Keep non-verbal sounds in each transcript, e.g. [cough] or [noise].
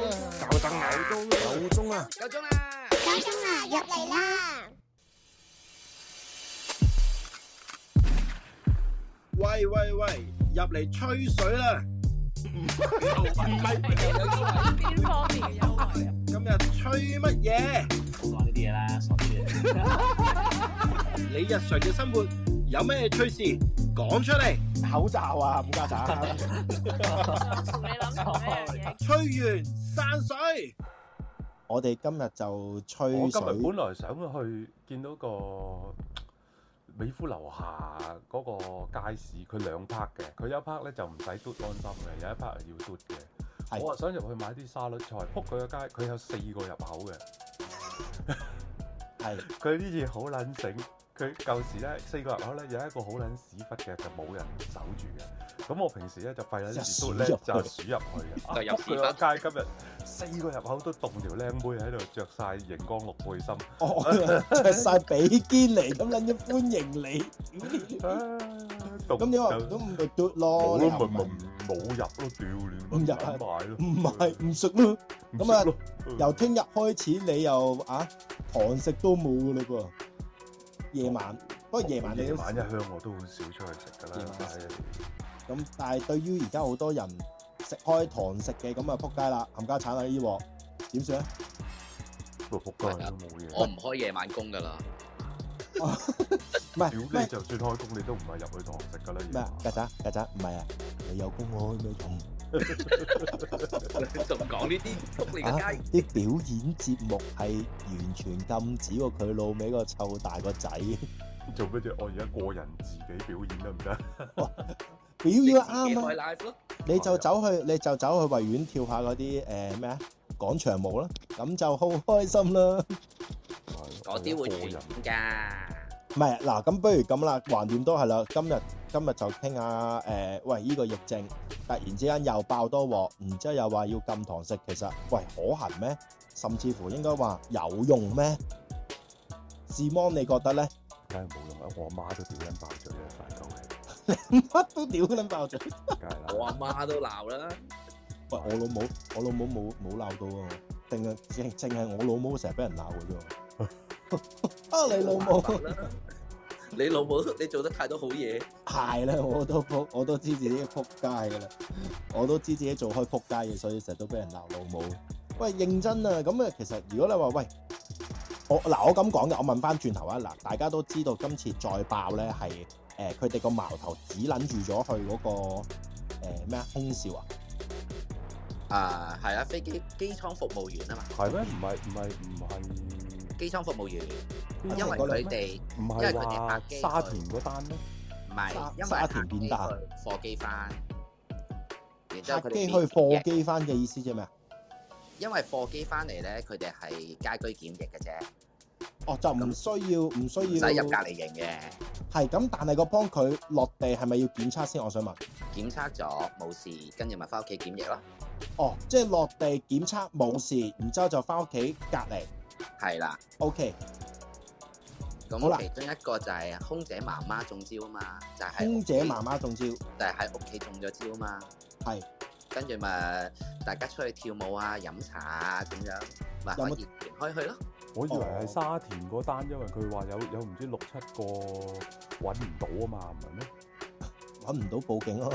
燈啊！夠鐘啊！夠鐘啦！夠鐘啦，入嚟啦！喂喂喂，入嚟吹水啦！唔係，邊方面嘅優惠啊？今日吹乜嘢？唔好講呢啲嘢啦，傻啲嘢。你日常嘅生活有咩趣事講出嚟？口罩啊，冚家鏟！同你諗同一樣嘢，吹完散水，我哋今日就吹我今日水，本來想去見到個美孚樓下嗰個街市，佢兩 part 嘅，佢一 part 咧就唔使嘟安心嘅，有一 part 係要嘟係嘅。我啊想入去買啲沙律菜，撲佢個街，佢有四個入口嘅。係佢呢次好撚醒，佢舊時咧四個入口咧有一個好撚屎忽嘅就冇人守住嘅。咁我平時咧就費撚事嘟咧就就鼠鼠入去入去嘅。啊就入屎忽撲佢個街今日四個入口都凍條靚妹喺度着晒熒光綠背心。我 [laughs] 我哦着晒比堅尼咁撚樣歡迎你，咁咁你話唔都唔咪嘟咯？冇你咯，又咪咪冇入咯，屌你唔係唔入啊買咯，唔 Ừ, 係唔熟咯？唔咁啊識咯，由聽日開始你又啊堂食都冇㗎嘞噃，夜晚不過夜晚你哦夜都晚一香我都好少出去食噶夜啦晚，係咁，但係對於而家好多人食開堂食嘅咁啊撲街啦，冚家鏟啦呢鑊點算啊咧？個仆街都冇嘢。我唔開夜晚工噶啦，唔係屌唔係你就算開工，你都唔係入去堂食噶啦。咩啊？曱甴曱甴唔係啊，你有工開咩用？仲講呢啲谷你個啊街，！啲表演節目係完全禁止喎，佢老尾個臭大個仔，做咩啫？我而家個人自己表演得唔得？表你自己演啱開啊！ live 咯，你就走去，你就走去維園跳下嗰啲誒咩啊廣場舞啦，咁就好開心啦。 [laughs] 嗰啲會個傳人染㗎。唔係嗱，咁不如咁啦，橫掂都係啦。今日今日就傾下誒、喂呢、個疫症突然之間又爆多鑊，然之後又話要禁堂食，其實喂可行咩？甚至乎應該話有用咩？志芒，你覺得咧？梗係冇用啦。我阿媽都屌緊爆嘴嘅，大鳩氣， [laughs] 乜都屌撚爆咗！梗係我啦。阿媽都鬧啦，喂，我老母，我老母冇冇鬧到喎，定係淨淨係我老母成日俾人鬧嘅啫 [laughs] 喎。啊，你老母鬧啦，你老母你做得太多好嘢，係啦，我都仆，我都知自己仆街嘅啦，我都知自己做開仆街嘅，所以成日都俾人鬧老母。喂，認真啊，咁啊，其實如果你話喂，我嗱我咁講嘅，我問翻轉頭啊，嗱，大家都知道今次再爆咧係誒，佢哋個矛頭指撚住咗去嗰、個誒咩啊空少啊。啊係啊，飛機機艙服務員啊嘛，係咩？唔係唔係唔係，機艙服務員，因因為嗰兩佢哋唔因為係佢哋話拍機沙田嗰單咩？唔係沙因為沙田變大客機去貨機翻，然之後客佢機哋去貨機翻嘅意思啫咩啊？因為貨機翻嚟咧，佢哋係家居檢疫嘅啫，哦，就唔需要，唔需唔要，使入隔離營嘅，係咁，但係個幫佢落地係咪要檢測先？我想問。檢測咗冇事，跟住咪翻屋企檢疫咯，哦，即係落地檢測冇事，然之後就翻屋企隔離。係啦。 OK，好啦咁其中一個就係空姐媽媽中招啊嘛，就係喺屋空企姐媽媽中招，就係喺屋企中咗招啊嘛。係。跟住咪大家出去跳舞啊、飲茶啊咁樣，咪有可冇以傳開去咯。我以為係哦沙田嗰單，因為佢話有有唔知六七個揾唔到啊嘛，唔係咩？揾唔到報警咯。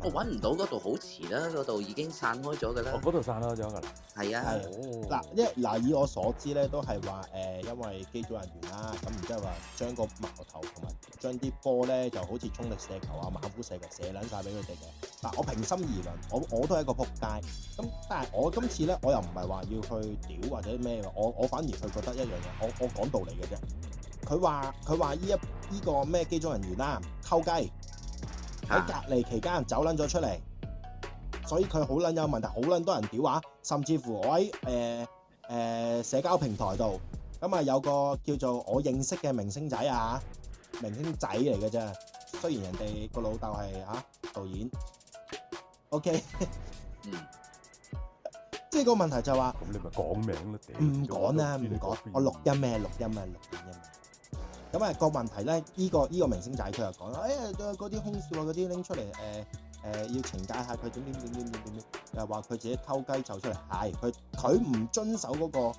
我揾唔到嗰度好遲啦，嗰度已經散開咗㗎哦，啦。嗰度散咗咗㗎啦。係啊，係哦嗱，因為嗱以我所知咧，都係話誒，因為機組人員啦，咁然之後話將個矛頭同埋將啲波咧，就好似衝力射球啊、馬虎射球射撚晒俾佢哋嘅。嗱，我平心而論，我我都係一個撲街，咁但係我今次咧，我又唔係話要去屌或者咩嘅，我我反而佢覺得一樣嘢，我我講道理嘅啫。佢話佢話依一依個咩機組人員啦，偷雞喺嚇隔離期間走撚咗出嚟，所以佢好撚有問題，好撚多人屌啊！甚至乎我喺誒誒社交平台度，咁啊有個叫做我認識嘅明星仔啊，明星仔嚟嘅啫。雖然人哋個老豆係啊導演，OK，嗯， [laughs] 即係個問題就係話咁你咪講名咯，屌唔講啦，我都唔知你講邊，我錄音咩？錄音啊，錄緊音啊。咁啊個問題咧，依、個依、個明星仔佢又講啦，哎呀嗰啲空少啊嗰啲拎出嚟誒誒要懲戒下佢點點點點點點點，又話佢自己偷雞走出嚟，係佢佢唔遵守嗰、個誒、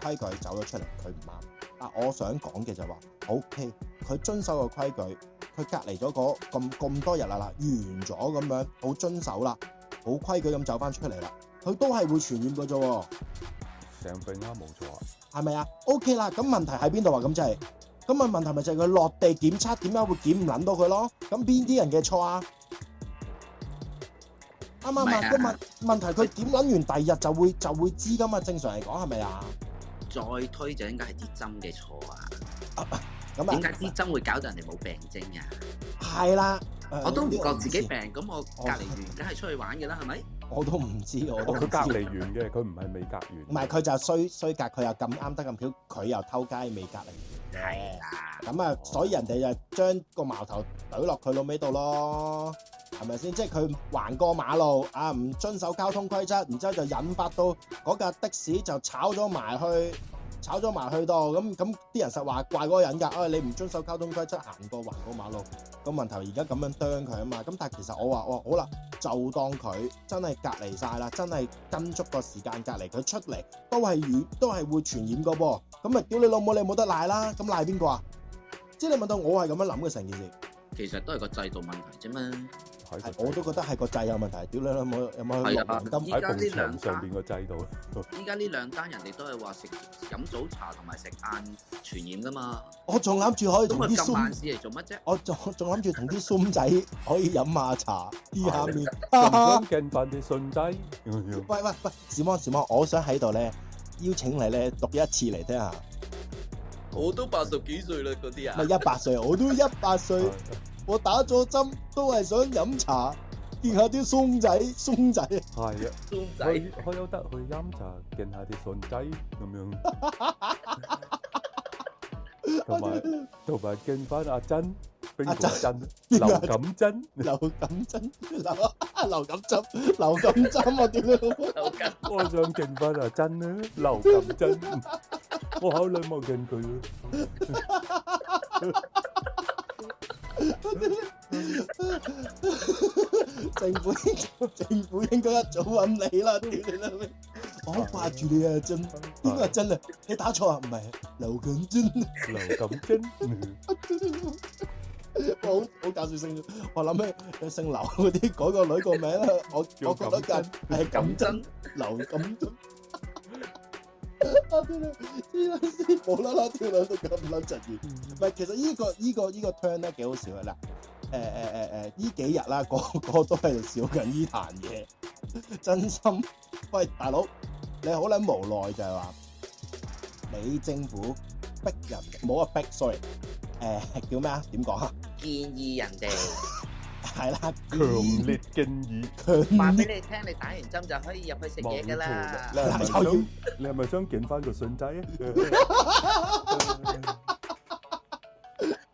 規矩走咗出嚟，佢唔啱。但我想講嘅就係話，OK，佢遵守個規矩，佢隔離咗嗰咁咁多日啦啦，完咗咁樣，好遵守啦，好規矩咁走翻出嚟啦，佢都係會傳染嘅啫喎。成病啱冇錯啊！係咪啊？OK 啦，咁問題喺邊度啊？咁即係，咁啊問題咪就係佢落地檢測點解會檢唔撚到佢咯？咁邊啲人嘅錯啊？啱唔啱啊？唔係咁啊問問題佢檢撚完第二日就會就會知噶嘛？正常嚟講係咪啊？再推就應該係啲針嘅錯啊！咁點啊解啲針會搞到人哋冇病徵啊？係啦，誒我都唔呢個覺自己知病，咁我隔離完梗係出去玩嘅啦，係咪？我都唔知，我哦，都佢唔知隔離完嘅，佢唔係未隔完。唔係佢就衰衰格，佢又咁啱得咁巧，佢又偷雞未隔離係啦，咁啊，所以人哋就將個矛頭懟落佢老尾度咯，係咪先？即係佢橫過馬路啊，唔遵守交通規則，然之後就引發到嗰架的士就炒咗埋去，炒咗埋去到咁咁啲人實話怪嗰個人㗎，啊你唔遵守交通規則行過橫過馬路，個問題而家咁樣啄佢啊嘛，咁但係其實我話哦好啦，就當佢真係隔離晒啦，真係跟足個時間隔離，佢出嚟都係與都係會傳染個噃，咁咪屌你老母你冇得賴啦，咁賴邊個啊？即係你問到我係咁樣諗嘅成件事，其實都係個制度問題啫嘛。喺係個我都覺得係個掣有問題。屌你老母有冇去係錄啊黃金？依喺家呢埲牆兩上邊個 [laughs] 制度。依家呢兩單人哋都係話食飲早茶同埋食晏傳染噶嘛，我仲諗住可以咁同咪啲咁晚 Zoom，市嚟做乜啫？我仲仲諗住同啲 Zoom 仔可以飲下茶，啲下面。咁勁扮啲信仔。喂喂喂，小芒小芒，我想喺度咧邀請你咧讀一次嚟聽下。我都八十幾歲啦，嗰啲咪一百歲，我都一百歲，我打咗針都係想飲茶，見下啲 Zoom 仔 Zoom 仔。係啊，公仔佢佢有得去飲茶，見下啲信仔 [laughs] 咁樣。同埋同埋見翻阿珍，邊個珍？劉錦珍。 [laughs] 劉錦珍，劉 [laughs] 劉錦珍，劉錦珍，我屌你老母！有緊我想見翻阿珍啊，劉錦珍。我好耐冇見佢啦。政府應政府應該一早揾你啦，屌你啦！我好掛住你啊，真邊 Ờ. 個係真啊？你打錯啊？唔係劉錦 [laughs] 珍，劉錦珍。我好好搞笑聲。我諗起姓劉 [laughs] 嗰啲改個女個名啦，我叫我覺得錦近啊係咁錦珍 [laughs] 真，劉錦珍。我屌你，黐撚線無啦啦跳兩到咁撚窒嘢。嗯唔係，其實呢、個呢、個呢、個 turn 咧幾好笑嘅嗱，誒誒誒誒，呢幾日啦，個 [laughs] 個都喺度笑緊呢壇嘢，真心，喂大佬，你好撚無奈就係話，你政府逼人，冇話逼，sorry，誒、叫咩啊？點講啊？ [laughs] 建議人哋係啦，強 [laughs] 烈建議。話俾你聽，你打完針就可以入去食嘢㗎啦你。係咪想你係咪想見翻個信 [laughs] 仔啊？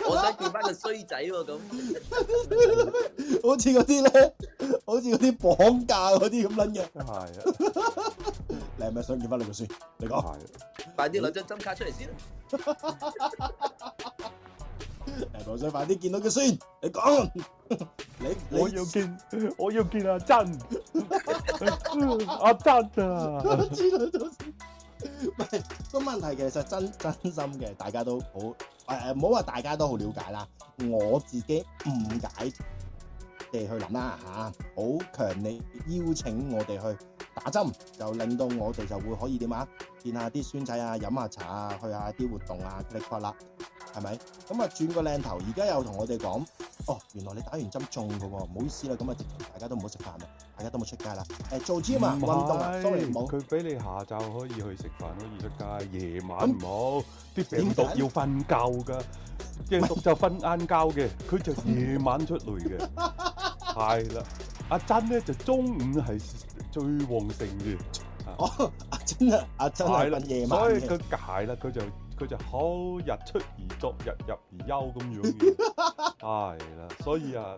我想見翻個衰仔喎，咁好似嗰啲咧，好似嗰啲綁架嗰啲咁撚嘅，係啊，你係咪想見翻你個孫？你講。係啊。快啲攞張針卡出嚟先。誒，羅仔快啲見到佢先，你講， [laughs] 你你我要見，我要見阿珍，阿珍啊！我知道咗先。唔係個問題，其實真真心嘅，大家都好誒，唔好話大家都好了解啦。我自己誤解地去諗啦嚇，好強烈邀請我哋去打針，就令到我哋就會可以點啊，見下啲孫仔啊，飲下茶啊，去下啲活動啊，click 啦，係咪？咁啊轉個靚頭，而家又同我哋講，哦，原來你打完針中嘅喎，唔好意思啦，咁啊直情大家都唔好食飯啦，大家都冇出街啦，誒、做 gym 啊，唔係運動啊，sorry 冇。佢俾你下晝可以去食飯，可以出街，夜晚唔好。啲病毒點解要瞓覺噶，病毒就瞓晏覺嘅，佢就夜晚出嚟 [laughs] 嘅。係啦，阿珍咧就中午係最旺盛嘅。哦，阿珍啊，阿珍係係啦瞓，夜晚所以嘅，佢解啦，佢就佢就好日出而作，日入而休咁樣嘅， [laughs] 係啦，所以啊，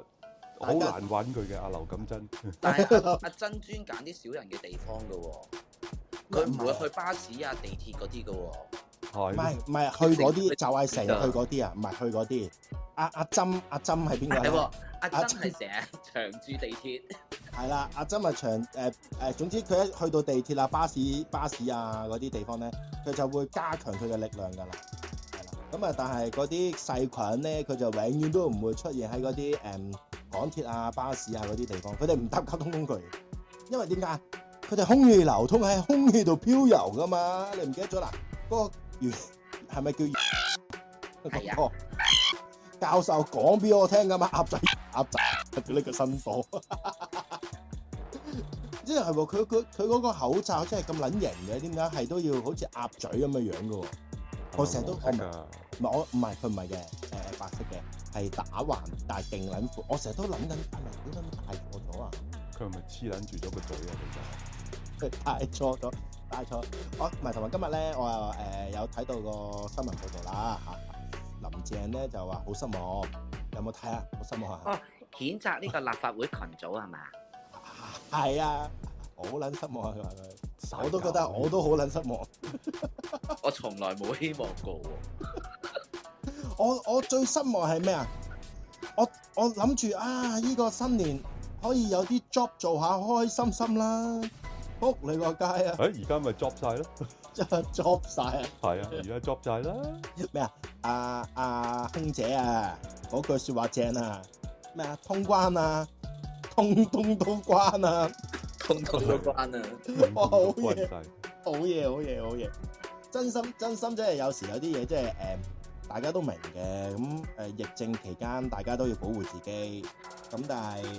好大家難揾佢嘅阿劉錦珍，但係阿阿珍專 à. à. 揀啲少人嘅地方㗎喎，佢唔會去巴士啊、地鐵嗰啲㗎喎。係 [laughs] 唔係唔係去嗰啲就係成日去嗰啲啊，唔係去嗰啲。阿阿珍阿珍係邊個係咧？喎，阿珍係成日長住地鐵，係啦，阿珍咪長誒誒，呃總之佢一去到地鐵啊、巴士、巴士啊嗰啲地方咧，佢就會加強佢嘅力量㗎啦。係啦，咁啊，但係嗰啲細菌咧，佢就永遠都唔會出現喺嗰啲誒港鐵啊、巴士啊嗰啲地方，佢哋唔搭交通工具，因為點解？佢哋空氣流通喺空氣度飄遊㗎嘛，你唔記得咗啦？嗰、個袁係咪叫袁？係啊嗰個教授講俾我聽㗎嘛，鴨仔鴨仔，屌你個新貨！ [laughs] 即係喎，佢佢佢嗰個口罩真係咁撚型嘅，點解係都要好似鴨嘴咁嘅樣嘅喎？我成日都黃色㗎唔係我唔係佢唔係嘅，誒、白色嘅係打橫，但係勁撚闊。我成日都諗緊，啊係咪點解大錯咗啊？ [laughs] 佢係咪黐撚住咗個嘴啊？其佢大錯咗，大錯。我唔係同埋今日咧，我又誒、有睇到個新聞報導啦嚇、林鄭咧就話好失望，有冇睇啊？好失望啊！譴責呢個立法會群組係嘛？ [laughs] 係啊，好撚失望啊！佢話佢，實我都覺得我都好撚失望。我從來冇希望過喎。我我最失望係咩啊？我我諗住啊，依、個新年可以有啲 job 做下，開開心心啦。仆你個街啊，誒而家咪 drop 晒咯，真係 [laughs] job 晒啊！係啊，而家 drop 晒啦，咩啊？啊啊，空姐啊，嗰句説話正啊！咩啊？通關啊，通通都關啊！通通都關啊！ [laughs] 哇好嘢關晒好嘢，好嘢，好嘢！真心真心，即係有時有啲嘢，即係嗯誒，大家都明嘅。咁誒、疫症期間大家都要保護自己。咁但係誒、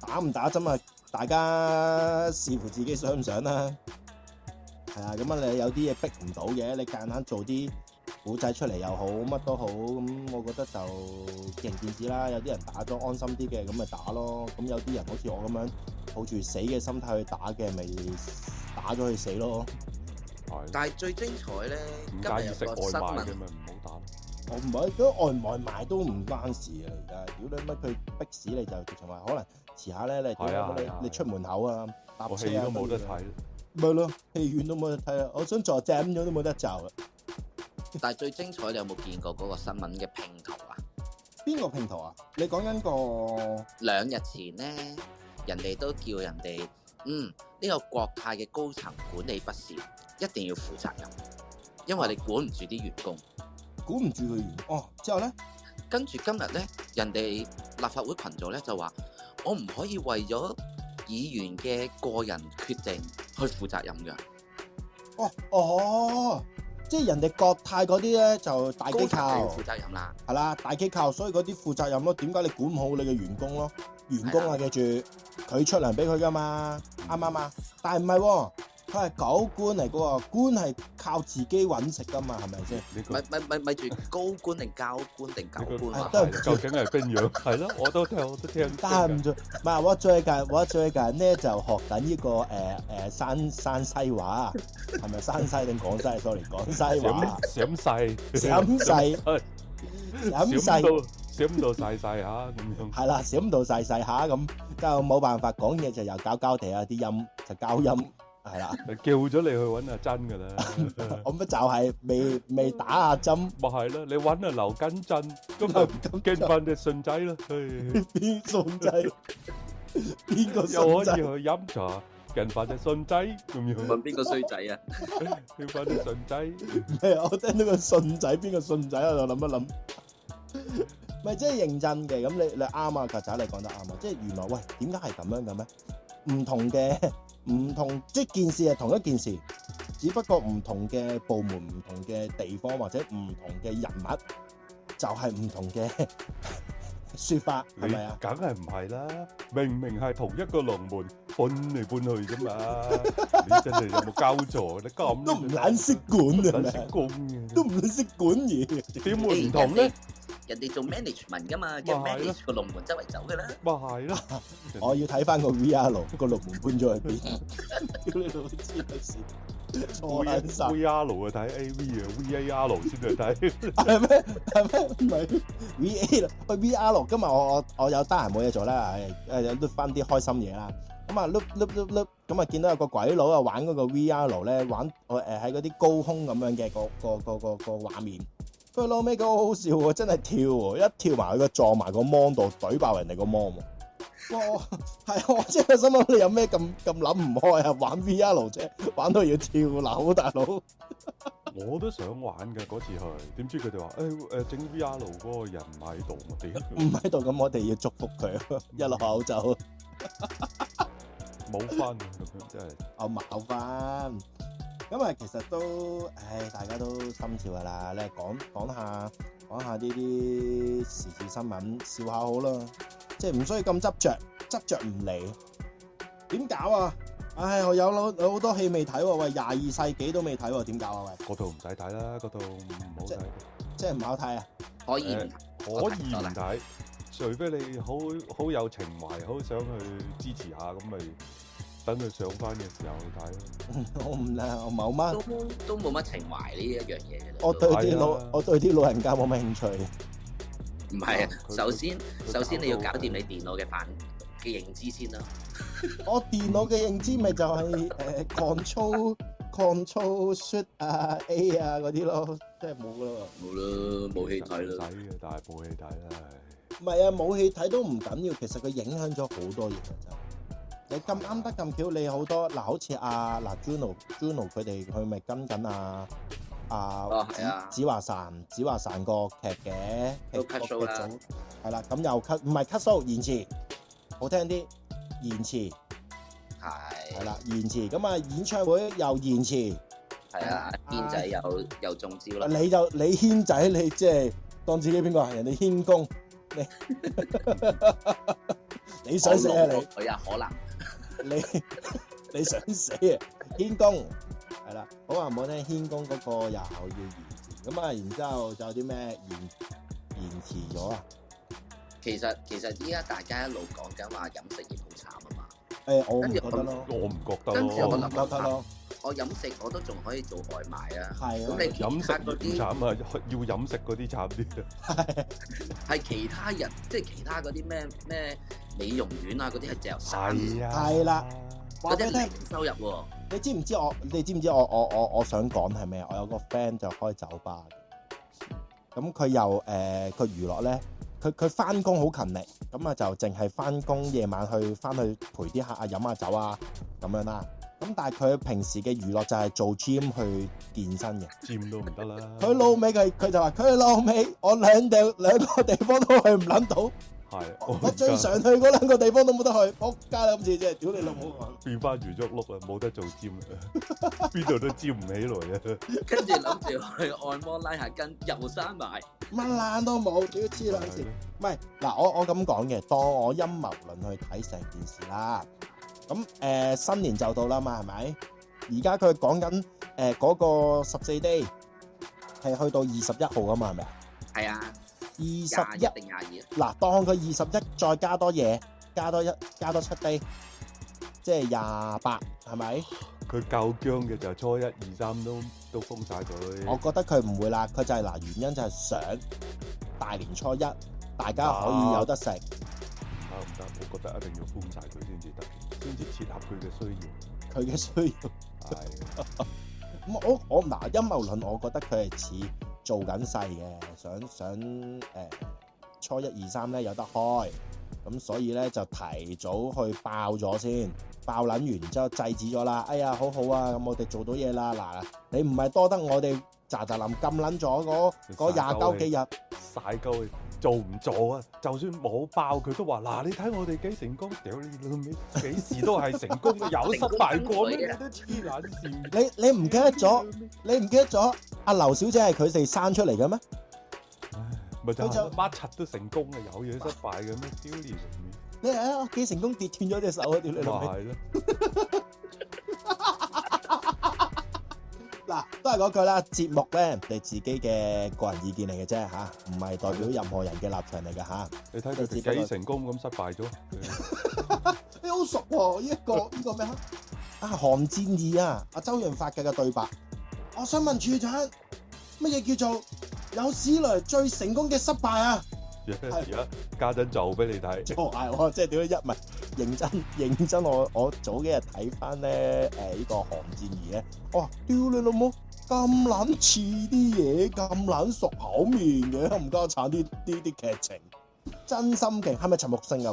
打唔打針啊？大家視乎自己想唔想啦。係啊，咁啊，你有啲嘢逼唔到嘅，你夾硬做啲古仔出嚟又好，乜都好。咁我覺得就見仁見智啦。有啲人打咗安心啲嘅，咁咪打咯。咁有啲人好似我咁樣，抱住死嘅心態去打嘅，咪打咗佢死咯。係但係最精彩咧，唔今介日意有食外個新賣嘅聞，咪唔好我唔係，都外唔外賣都唔關事啊！而家屌你乜佢逼死你就直情話，可能遲下咧你屌係啊你係啊你出門口啊，搭打，車我啊戲都冇得，睇，咪咯，戲院都冇得睇啊！我想坐正咁樣都冇得就啊！但係最精彩，你有冇見過嗰個新聞嘅拼圖啊？邊個拼圖啊？你講緊個兩日前咧，人哋都叫人哋，嗯，呢、個國泰嘅高層管理不善，一定要負責任，因為你管唔住啲員工。估唔住佢完哦，之後咧跟住今日咧，人哋立法會群組咧就話，我唔可以為咗議員嘅個人決定去負責任㗎。哦哦，即係人哋國泰嗰啲咧就大機高層就要構負責任啦，係啦，大機構，所以嗰啲負責任咯。點解你管唔好你嘅員工咯？員工啊，記住佢出糧俾佢噶嘛，啱唔啱啊？但係唔係喎，佢係狗官嚟噶喎，官係靠自己揾食噶嘛，係咪先？呢個咪咪咪咪住高官定教官定狗呢個官啊？都係係究竟係 [laughs] 邊樣？係咯，我都聽，我都聽。但係唔做，唔係我最近我最近咧就學緊呢、個誒誒、山山西話，係咪山西定廣西？sorry，廣西話 [laughs] 閃，閃細，閃細，閃閃細。到閃到細細嚇咁樣。 [laughs] 係啦，閃到細細下咁，就冇辦法講嘢就又搞搞地啊，啲音就交音係啦。叫咗你去揾阿珍㗎啦，我乜就係未未打下針，咪係咯，你揾阿劉根振，咁咪跟翻隻順仔咯，唉邊送仔？邊個又送可以仔？去飲茶，近翻隻順仔咁樣，問邊個衰仔啊？叫翻隻順仔。係啊我聽到個信仔，邊個信仔我就諗一諗。 [laughs] 咪即係認真嘅，咁你你啱啊，曱甴你講得啱啊，即係原來喂點解係咁樣嘅咩？唔同嘅 [laughs] 唔同，即係件事係同一件事，只不過唔同嘅部門、唔同嘅地方或者唔同嘅人物，就係、唔同嘅 [laughs] 説法，係你咪啊？梗係唔係啦？明明係同一個龍門搬嚟搬去啫嘛，你真係有冇交錯？你咁都唔懶識管嗯唔啊，撚係咪識啊？工嘅，都唔撚識管嘢。點會唔同咧？人哋做 management 噶嘛，咪叫係咯 manage 個龍門周圍走噶啦。咪係咯，我哦要睇翻個 VR 個龍門搬咗去邊？ [laughs] 屌你老黐線， [laughs] 錯撚曬！ V R 啊睇 A V 啊，V A R 先去睇。係咩？係咩？唔係 V A 啦，去 V R 咯。今日我我我有得閒冇嘢做啦，誒誒有啲翻啲開心嘢啦。咁啊碌碌碌碌，咁啊見到有個鬼佬啊玩嗰個 VR 咧，玩誒喺嗰啲高空咁樣嘅個個個個個畫面。佢老尾嗰個好好笑喎，真係跳喎，一跳埋佢個撞埋個 mon 度，懟爆人哋個 mon 喎。哇！係啊，我真係心諗你有咩咁咁諗唔開啊？玩 VR 啫，玩到要跳樓，大佬。我都想玩嘅嗰次去，點知佢哋話誒誒整 VR 嗰個人唔喺度，我屌唔喺度咁，我哋要祝福佢， [laughs] 一路口就冇分咁樣，真係我矛翻。哦咁啊，其實都，唉，大家都心照噶啦。你講講下講下呢啲時事新聞，笑下好啦，即係唔需要咁執着，執着唔嚟，點搞啊？唉，我有好有好多戲未睇喎，喂，廿二世紀都未睇喎，點搞啊？喂，嗰度唔使睇啦，嗰度唔好即睇，即係唔好睇啊！ [laughs] 可以唔誒我可睇以咗唔啦睇，除非你好好有情懷，好想去支持下，咁咪等佢上翻嘅時候睇咯。我唔啦，我冇乜，都都冇乜情懷呢一樣嘢嘅。我啊哦對係啲啊老我對啲老人家冇乜興趣。唔係啊，佢首先佢首先你要搞掂到你電腦嘅反嘅認知先啦。我電腦嘅認知咪就係誒 control control shoot 啊 A 啊嗰啲咯，即係冇噶咯。冇啦，冇戲睇啦。唔使嘅，但係冇戲睇啦。唉唔係啊，冇戲睇都唔緊要，其實佢影響咗好多嘢啊！真係。你咁啱得咁巧，你好多嗱，好似阿嗱 Juno Juno 佢哋佢咪跟緊啊啊哦係啊子華神子華神個劇嘅都 cut show 啦，劇組係啦，咁又 cut 唔係 cut show 延遲，好聽啲延遲係係啦延遲，咁啊演唱會又延遲。係啊，軒仔又又中招啦。啊你就你軒仔，你即係當自己邊個啊？人哋軒公，你 [laughs] 你想死啊你！佢啊，可能你 [laughs] 你想死啊！軒公係啦，好話唔好聽，軒公嗰個又要延遲，咁啊，然之後仲有啲咩延延遲咗啊？其實其實依家大家一路講緊話飲食業好慘啊嘛。誒、我唔覺得咯，我唔覺得跟住我我唔咯諗。覺得咯，我飲食我都仲可以做外賣啊。係啊咁，你其飲食他嗰嗰啲啲慘啊， [laughs] 要飲食嗰啲慘啲啊。係其他人，即係其他嗰啲咩咩美容院啊嗰啲係嚼散，係啊，係啦，話嗰俾啲你聽係。零收入喎。你知唔知我？你知唔知我？我我我想講係咩？我有個 friend 就開酒吧嘅，咁佢又誒，佢、娛樂咧，佢佢翻工好勤力，咁啊就淨係翻工夜晚去翻去陪啲客啊飲下酒啊咁樣啦。咁但係佢平時嘅娛樂就係做 gym 去健身嘅。佔都唔得啦。佢老尾佢佢就話：佢老尾我兩地 [laughs] 兩個地方都去唔撚到，係，我最想常去嗰兩個地方都冇得去，仆街啦！今次真係屌你老母！變翻魚肉碌啊，冇得做尖 [laughs] 啦，邊度都尖唔起來啊！跟住諗住去按摩拉下筋，又閂埋。乜爛都冇，屌黐撚線！唔係嗱，我我咁講嘅，當我陰謀論去睇成件事啦。咁誒、呃新年就到啦嘛，係咪？而家佢講緊誒嗰個十四 day 係去到二十一號啊嘛，係咪啊？係啊，二十廿一一定廿二，嗱，當佢二十一再加多嘢，加多一加多七 day，即係廿八，係咪？佢夠僵嘅就初一二三都都封晒我佢。覺得佢唔會啦，佢就係、嗱，原因就係想大年初一大家可以有得食。啊唔得，我覺得一定要封晒佢先至得，先至切合佢嘅需要。佢嘅需要。係，咁我我嗱陰謀論，我覺得佢係似做緊勢嘅，想想誒、呃初一二三咧有得開，咁所以咧就提早去爆咗先，爆撚完之後制止咗啦。哎呀，好好啊，咁我哋做到嘢啦。嗱，你唔係多得我哋咋咋冧撳撚咗嗰嗰廿九幾日，晒鳩佢做唔做啊？就算冇爆，佢都話嗱，你睇我哋幾成功，屌你老味，幾時都係成功嘅，有失敗過咩？你都黐撚線。你你唔記得咗，你唔記得咗阿劉小姐係佢哋生出嚟嘅咩？咪就佢係就乜柒都成功嘅，有嘢失敗嘅咩？屌你老你啊幾成功跌斷咗隻手啊！屌你老味，味！咪係咯。嗱，都係嗰句啦，節目咧你自己嘅個人意見嚟嘅啫嚇，唔係代表任何人嘅立場嚟嘅嚇。你睇佢哋幾成功咁失敗咗，你好熟喎、呢、一個呢、個咩啊？啊，《寒戰二》啊，阿周潤發嘅嘅對白。我想問處長，乜嘢叫做有史來最成功嘅失敗啊？而家而家家陣做俾你睇，哎錯嗌我，即係屌一唔係認真認真，我我早幾日睇翻咧誒呢個《寒戰二》咧，哇！屌你老母咁撚似啲嘢，咁撚熟口面嘅，冚家產啲啲啲劇情，真心勁，係咪陳木勝啊？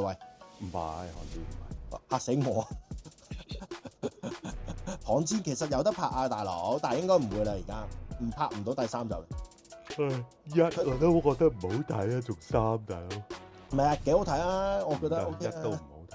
唔喂，係寒戰唔係。嚇死我！ [laughs] 寒戰其實有得拍啊，大佬，但係應該唔會啦，而家唔拍唔到第三集。一我都覺得唔好睇啊，仲三大佬，唔係啊，幾好睇啊！我覺得唔 O 得 K 一都唔啊，好睇。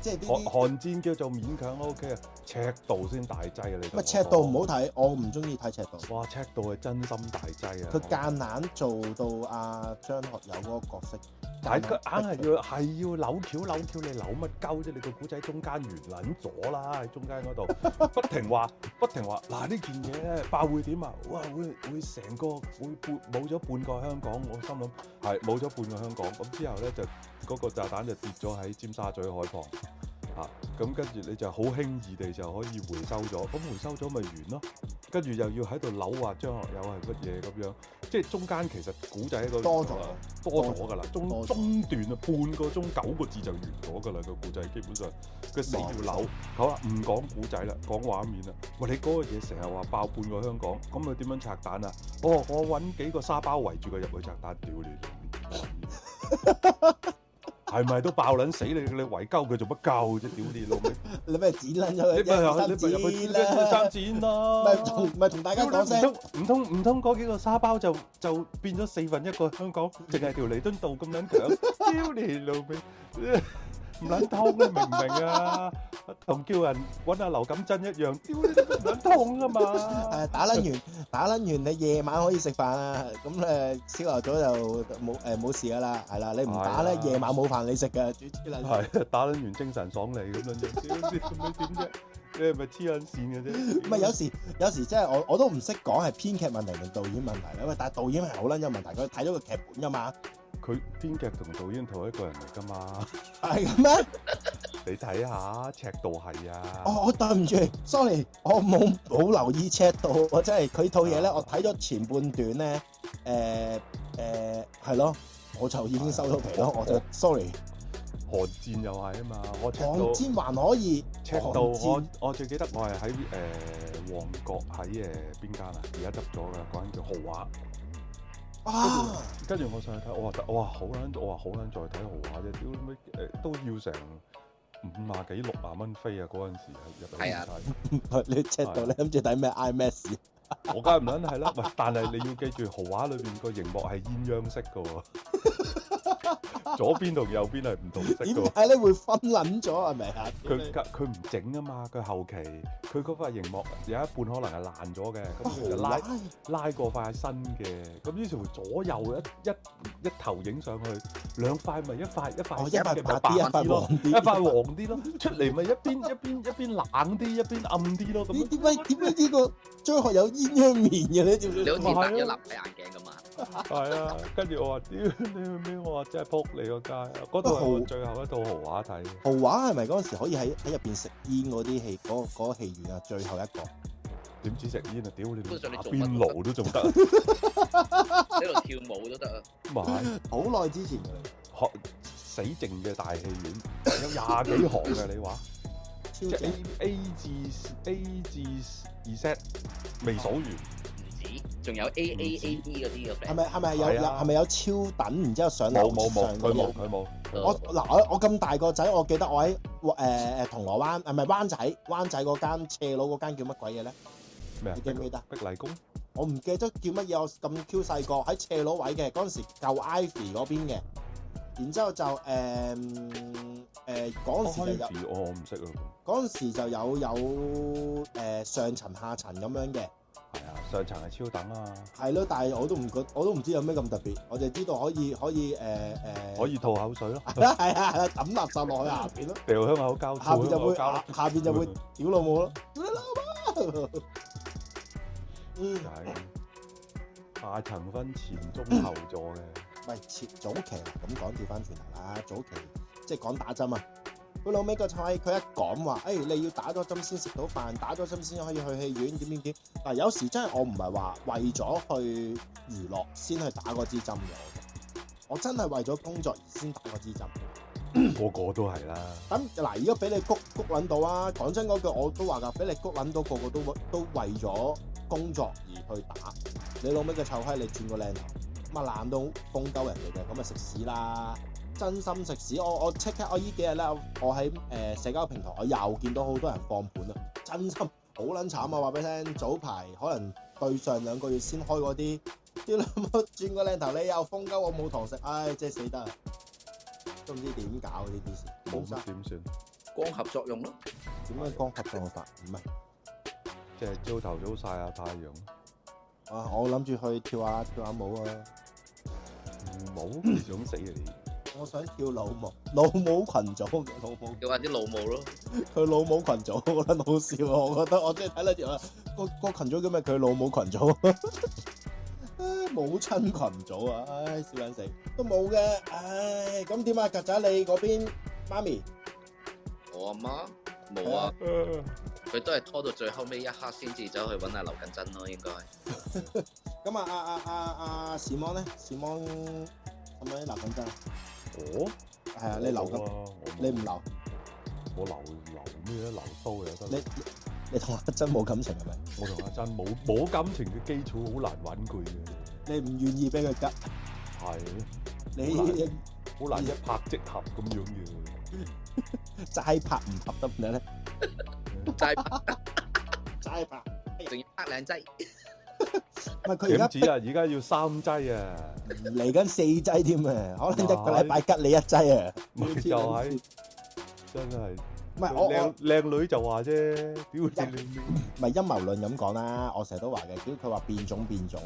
即係呢寒啲寒戰叫做勉強 O K 啊，赤道先大劑啊！你咪赤道唔好睇，我唔中意睇赤道。好，哇！赤道係真心大劑啊！佢夾硬做到阿張學友嗰個角色，但 [laughs] 係佢硬係要係要扭橋扭橋，你扭乜鳩啫？你個古仔中間完撚咗啦，喺中間嗰度 [laughs] 不停話不停話嗱呢件嘢咧爆會點啊？哇會會成個會半冇咗半個香港，我心諗係冇咗半個香港。咁之後咧就嗰、個炸彈就跌咗喺尖沙咀海旁啊，咁跟住你就好輕易地就可以回收咗，咁回收咗咪完咯？跟住又要喺度扭話張學友係乜嘢咁樣，即係中間其實古仔喺度多咗啦多咗㗎啦，中多咗中段啊，半個鐘九個字就完咗㗎啦，個故仔基本上佢死要扭，好啦，唔講古仔啦，講畫面啦。喂，你嗰個嘢成日話爆半個香港，咁佢點樣拆彈啊？哦，我揾幾個沙包圍住佢入去拆彈，屌你！係咪都爆撚死你？你圍鳩佢做乜鳩啫？屌你老 [laughs] 味！你咪剪撚你咗咪入佢，去，你咪入去，剪你咪啦三，剪啦！咪同咪同大家講聲，唔通唔通嗰幾個沙包就就變咗四分一個香港，淨係條彌敦道咁撚強，屌你老味，唔撚通你明唔明啊？同叫人揾阿劉錦珍一樣，屌你都唔撚通啊嘛！誒打撚完 [laughs] 打撚完，你夜晚可以食飯啊，咁誒朝頭早就冇誒冇事㗎啦，係啦，你唔打咧係啊夜晚冇飯你食㗎，主持人係打撚完精神爽利咁樣樣，屌你咁你點啫？你係咪黐撚線嘅啫？唔係有時有時真係我我都唔識講係編劇問題定導演問題咧，喂，但係導演係好撚有問題，佢睇咗個劇本㗎嘛，佢編劇同導演同一個人嚟㗎嘛？係咁咩？你睇下尺度係啊！我我對唔住，sorry，我冇冇留意 check 到，我真係佢套嘢咧，我睇咗前半段咧，誒誒係咯，我就已經收到皮咯，我就 sorry。寒戰又係啊嘛，我尺唐度。戰還可以，赤寒道我戰我最記得我係喺誒呃旺角喺誒邊間啊，而家執咗嘅嗰間叫豪華。啊，跟住我上去睇，我話我話好撚，我話好撚再睇豪華啫，屌你咩誒都要成五啊幾六啊蚊飛啊！嗰陣時係入嚟係啊睇。你 check 到你諗住睇咩 IMAX？我梗係唔撚係啦，喂！但係你要記住，豪華裏邊個熒幕係鴛鴦式嘅喎，左邊同右邊係唔同色嘅點喎。解咧會分撚咗係咪啊？佢佢唔整啊嘛，佢後期佢嗰塊熒幕有一半可能係爛咗嘅，咁佢就拉拉。拉過塊新嘅，咁於是乎左右一一一頭影上去，兩塊咪一塊一塊哦，一深嘅塊咪白啲，一塊啲咯，黃啲，一塊黃啲咯，出嚟咪一邊一邊一邊冷啲，一邊暗啲咯，咁樣咦點解點解呢個張學友鴛鴦面嘅咧？點你好似咪係戴咗咯立體眼鏡咁嘛？係啊。跟住我話：屌你咩？我話真係撲你個街！啊嗰度係我最後一套豪畫睇嘅，豪華係咪嗰陣時可以喺喺入邊食煙嗰啲戲嗰嗰戲院啊？最後一個點止食煙啊！屌你通常你打做邊乜都得爐都仲得啊， [laughs] 喺度跳舞都得啊！咪係好耐之前嘅嚟，學死靜嘅大戲院有廿幾行嘅你話？即超係正 A A 至 A 至二 set 未數完，唔止，仲有 A A A E 嗰啲嘅 friend。係咪係咪有係有啊係咪有超等？然之後上冇樓冇冇，上佢冇嗰啲？啊佢冇，我嗱我我咁大個仔，我記得我喺呃誒誒銅鑼灣，係咪灣仔灣仔嗰間斜路嗰間叫乜鬼嘢咧？咩啊你？記唔記得？碧麗宮我唔記得叫乜嘢，我咁 Q 細個喺斜路位嘅嗰陣時，舊 Ivy 嗰邊嘅，然之後就誒誒嗰陣時就有。時我我唔識啊，嗰陣時就有有誒、呃上層下層咁樣嘅，係啊，上層係超等啊，係咯，但係我都唔覺，我都唔知有咩咁特別，我就知道可以可以誒誒，Dạ. 可以吐口水咯，係啦係啊係啊，抌垃圾落去下邊 [laughs] 咯，掉香口膠，下邊就會吐香口膠下下邊就 Ừ, 會啊屌老母咯，屌你老母！嗯，係下層分前中後座嘅，喂，切早期啦咁講調翻轉頭啦，早期即係講打針啊。佢老尾個菜，佢一講話，誒、哎你要打咗針先食到飯，打咗針先可以去戲院點點點。嗱，有時真係我唔係話為咗去娛樂先去打嗰支針嘅，我真係為咗工作而先打嗰支針。個個都係啦。咁嗱，而家俾你谷谷撚到啊！講真嗰句，我都話㗎，俾你谷撚到，個個都為都為咗工作而去打。你老味嘅臭閪，你轉個靚頭，咁啊攬到崩鳩人哋嘅，咁咪食屎啦！真心食屎！我我即刻我依幾日咧，我喺誒、呃社交平台，我又見到好多人放盤啊！真心好撚慘啊！話俾你聽，早排可能對上兩個月先開嗰啲，啲老母轉個靚頭，你又封鳩我冇堂食，唉，真係死得啊！都唔知點搞呢啲事，冇點生乜點算？光合作用咯。點樣光合作用法？唔係即係朝頭早晒下太陽，啊！我諗住去跳下跳下舞啊！冇你想死啊你！我想跳老舞，老舞群組嘅老舞，又或者老母咯，佢老母群組好撚好笑啊！我覺得我真係睇得條啦，個個群組叫咩？佢老母群組，唉母親群組啊！唉，笑撚死都冇嘅，唉咁點啊？曱甴你嗰邊媽咪我阿媽冇啊，佢都係拖到最後尾一刻先至走去揾阿劉緊珍咯，應該咁啊啊啊啊啊！史芒咧，史芒係咪留緊真啊？我係啊，你留我冇緊，啊，我冇你唔留，我留留咩咧？留鬚又你得你。你同阿珍冇感情係咪？我同阿珍冇冇感情嘅基礎，好難揾佢嘅，你唔願意俾佢吉，係你好難一拍即合咁樣嘅。齋拍唔合得唔得咧？齋齋拍，仲要呃靚仔，唔係佢而點家止啊？而家要三劑啊！嚟緊四劑添啊，可能一個哇禮拜吉你一劑啊。咪要就黐係撚線真係唔係我我靚靚女就話啫，屌你靚女！唔係陰謀論咁講啦，我成日都話嘅，屌佢話變種變種。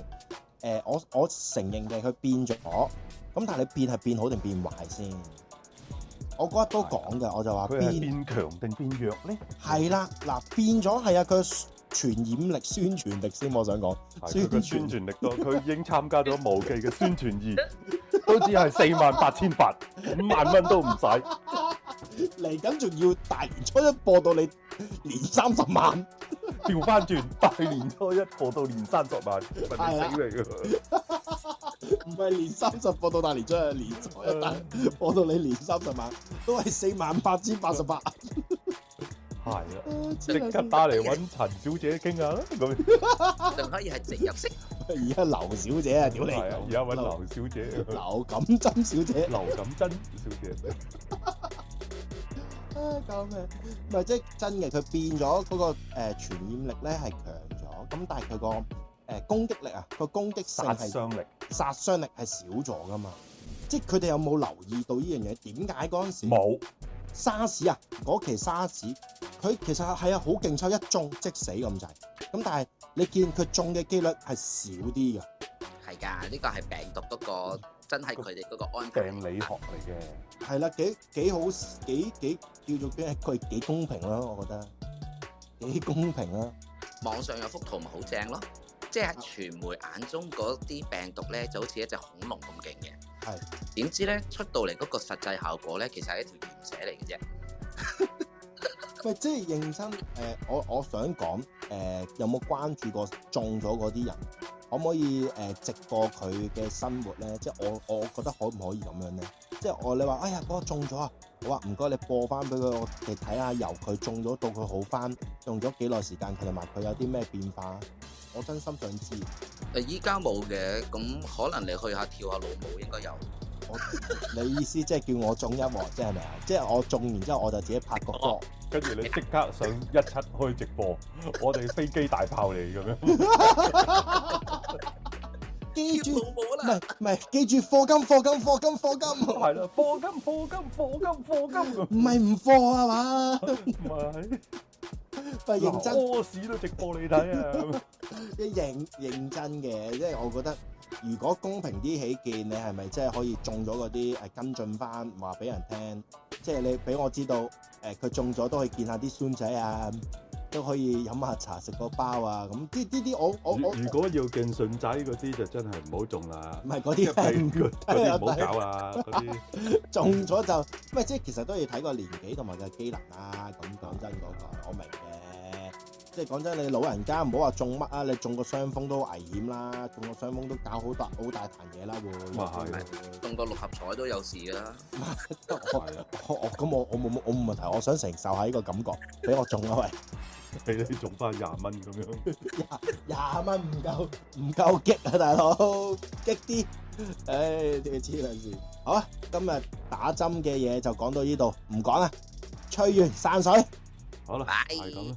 誒、我我承認嘅，佢變咗，咁但係你變係變好定變壞先？我嗰日都講嘅，我就話佢係變變強定變弱咧？係啦，嗱變咗係啊，佢傳染力、宣傳力先，我想講。係佢嘅宣傳力多，佢已經參加咗無記嘅宣傳二，都只係四萬八千八，五萬蚊都唔使。嚟緊仲要大年初一播到你年三十萬。調翻轉，大年初一過到年三十萬，問你死嚟㗎！唔係年三十播到大年初一，年初一大嗯播到你年三十萬，都係四萬八千八十八。係啊，即即刻打嚟揾陳小姐傾下啦。咁仲可以係植入式。 [laughs] 而家劉小姐啊，屌你！係啊，而家揾劉小姐，劉錦珍小姐，劉錦珍小姐。啊救命！唔係即係真嘅，佢變咗嗰個誒傳染力咧係強咗，咁但係佢個誒攻擊力啊，個攻擊性殺係。傷力殺傷力係少咗噶嘛。即係佢哋有冇留意到呢樣嘢？點解嗰陣時冇沙士啊？嗰期沙士，佢其實係啊好勁抽，一中即死咁滯。咁但係你見佢中嘅機率係少啲嘅，係㗎，呢個係病毒嗰、個真係佢哋嗰個安排病理學嚟嘅，係啦，幾幾好，幾幾叫做咩？佢幾公平啦，我覺得幾公平啊啦。網上有幅圖咪好正咯，即啊係喺傳媒眼中嗰啲病毒咧就好似一隻恐龍咁勁嘅。係點知咧出到嚟嗰個實際效果咧，其實係一條鹽蛇嚟嘅啫。喂，即係認真誒、我我想講誒、有冇關注過呃中咗嗰啲人？可唔可以誒、直播佢嘅生活咧？即係我我覺得可唔可以咁樣咧？即係我你話，哎呀，嗰、個中咗啊！我話唔該，你播翻俾佢，我哋睇下由佢中咗到佢好翻，用咗幾耐時間，佢同埋佢有啲咩變化？我真心想知。誒呃依家冇嘅，咁可能你去下跳下老舞應該有。你意思即係叫我中一鑊，即係咪啊？即係我中完之後，我就自己拍個波。跟住你即刻上一七開直播，我哋飛機大炮嚟咁樣，記跳住，老舞唔啦係！唔係，記住課金課金課金課金。係啦，課金課金課金課金咁，唔係唔貨啊嘛，唔係喂認真屙屎都直播你睇 [laughs] 啊！認認真嘅，即係我覺得如果公平啲起見，你係咪即係可以中咗嗰啲誒跟進翻話俾人聽？即係你俾我知道誒，佢、中咗都可以見下啲孫仔啊，都可以飲下茶食個包啊，咁啲呢啲我我如我如果要勁順仔嗰啲就真係唔好中啦唔，係嗰即啲係嗰啲唔好搞啦，嗰啲中咗就，喂，即係其實都要睇個年紀同埋個機能啦。咁講真嗰句，我明嘅。即係講真，你老人家唔好話中乜啊，你中個傷風都好危險啦，中個傷風都搞好大好大壇嘢啦會。 [laughs] 咁啊係中個六合彩都有事㗎啦。係啊，我我咁我我冇我冇問題，我想承受下呢個感覺，俾我中啊喂！俾你中翻廿蚊咁樣，廿蚊唔夠 [laughs] 唔夠激啊，大佬激啲！唉，你黐兩線。好啊，今日打針嘅嘢就講到呢度，唔講啦，吹完散水。好啦，拜。係咁啦，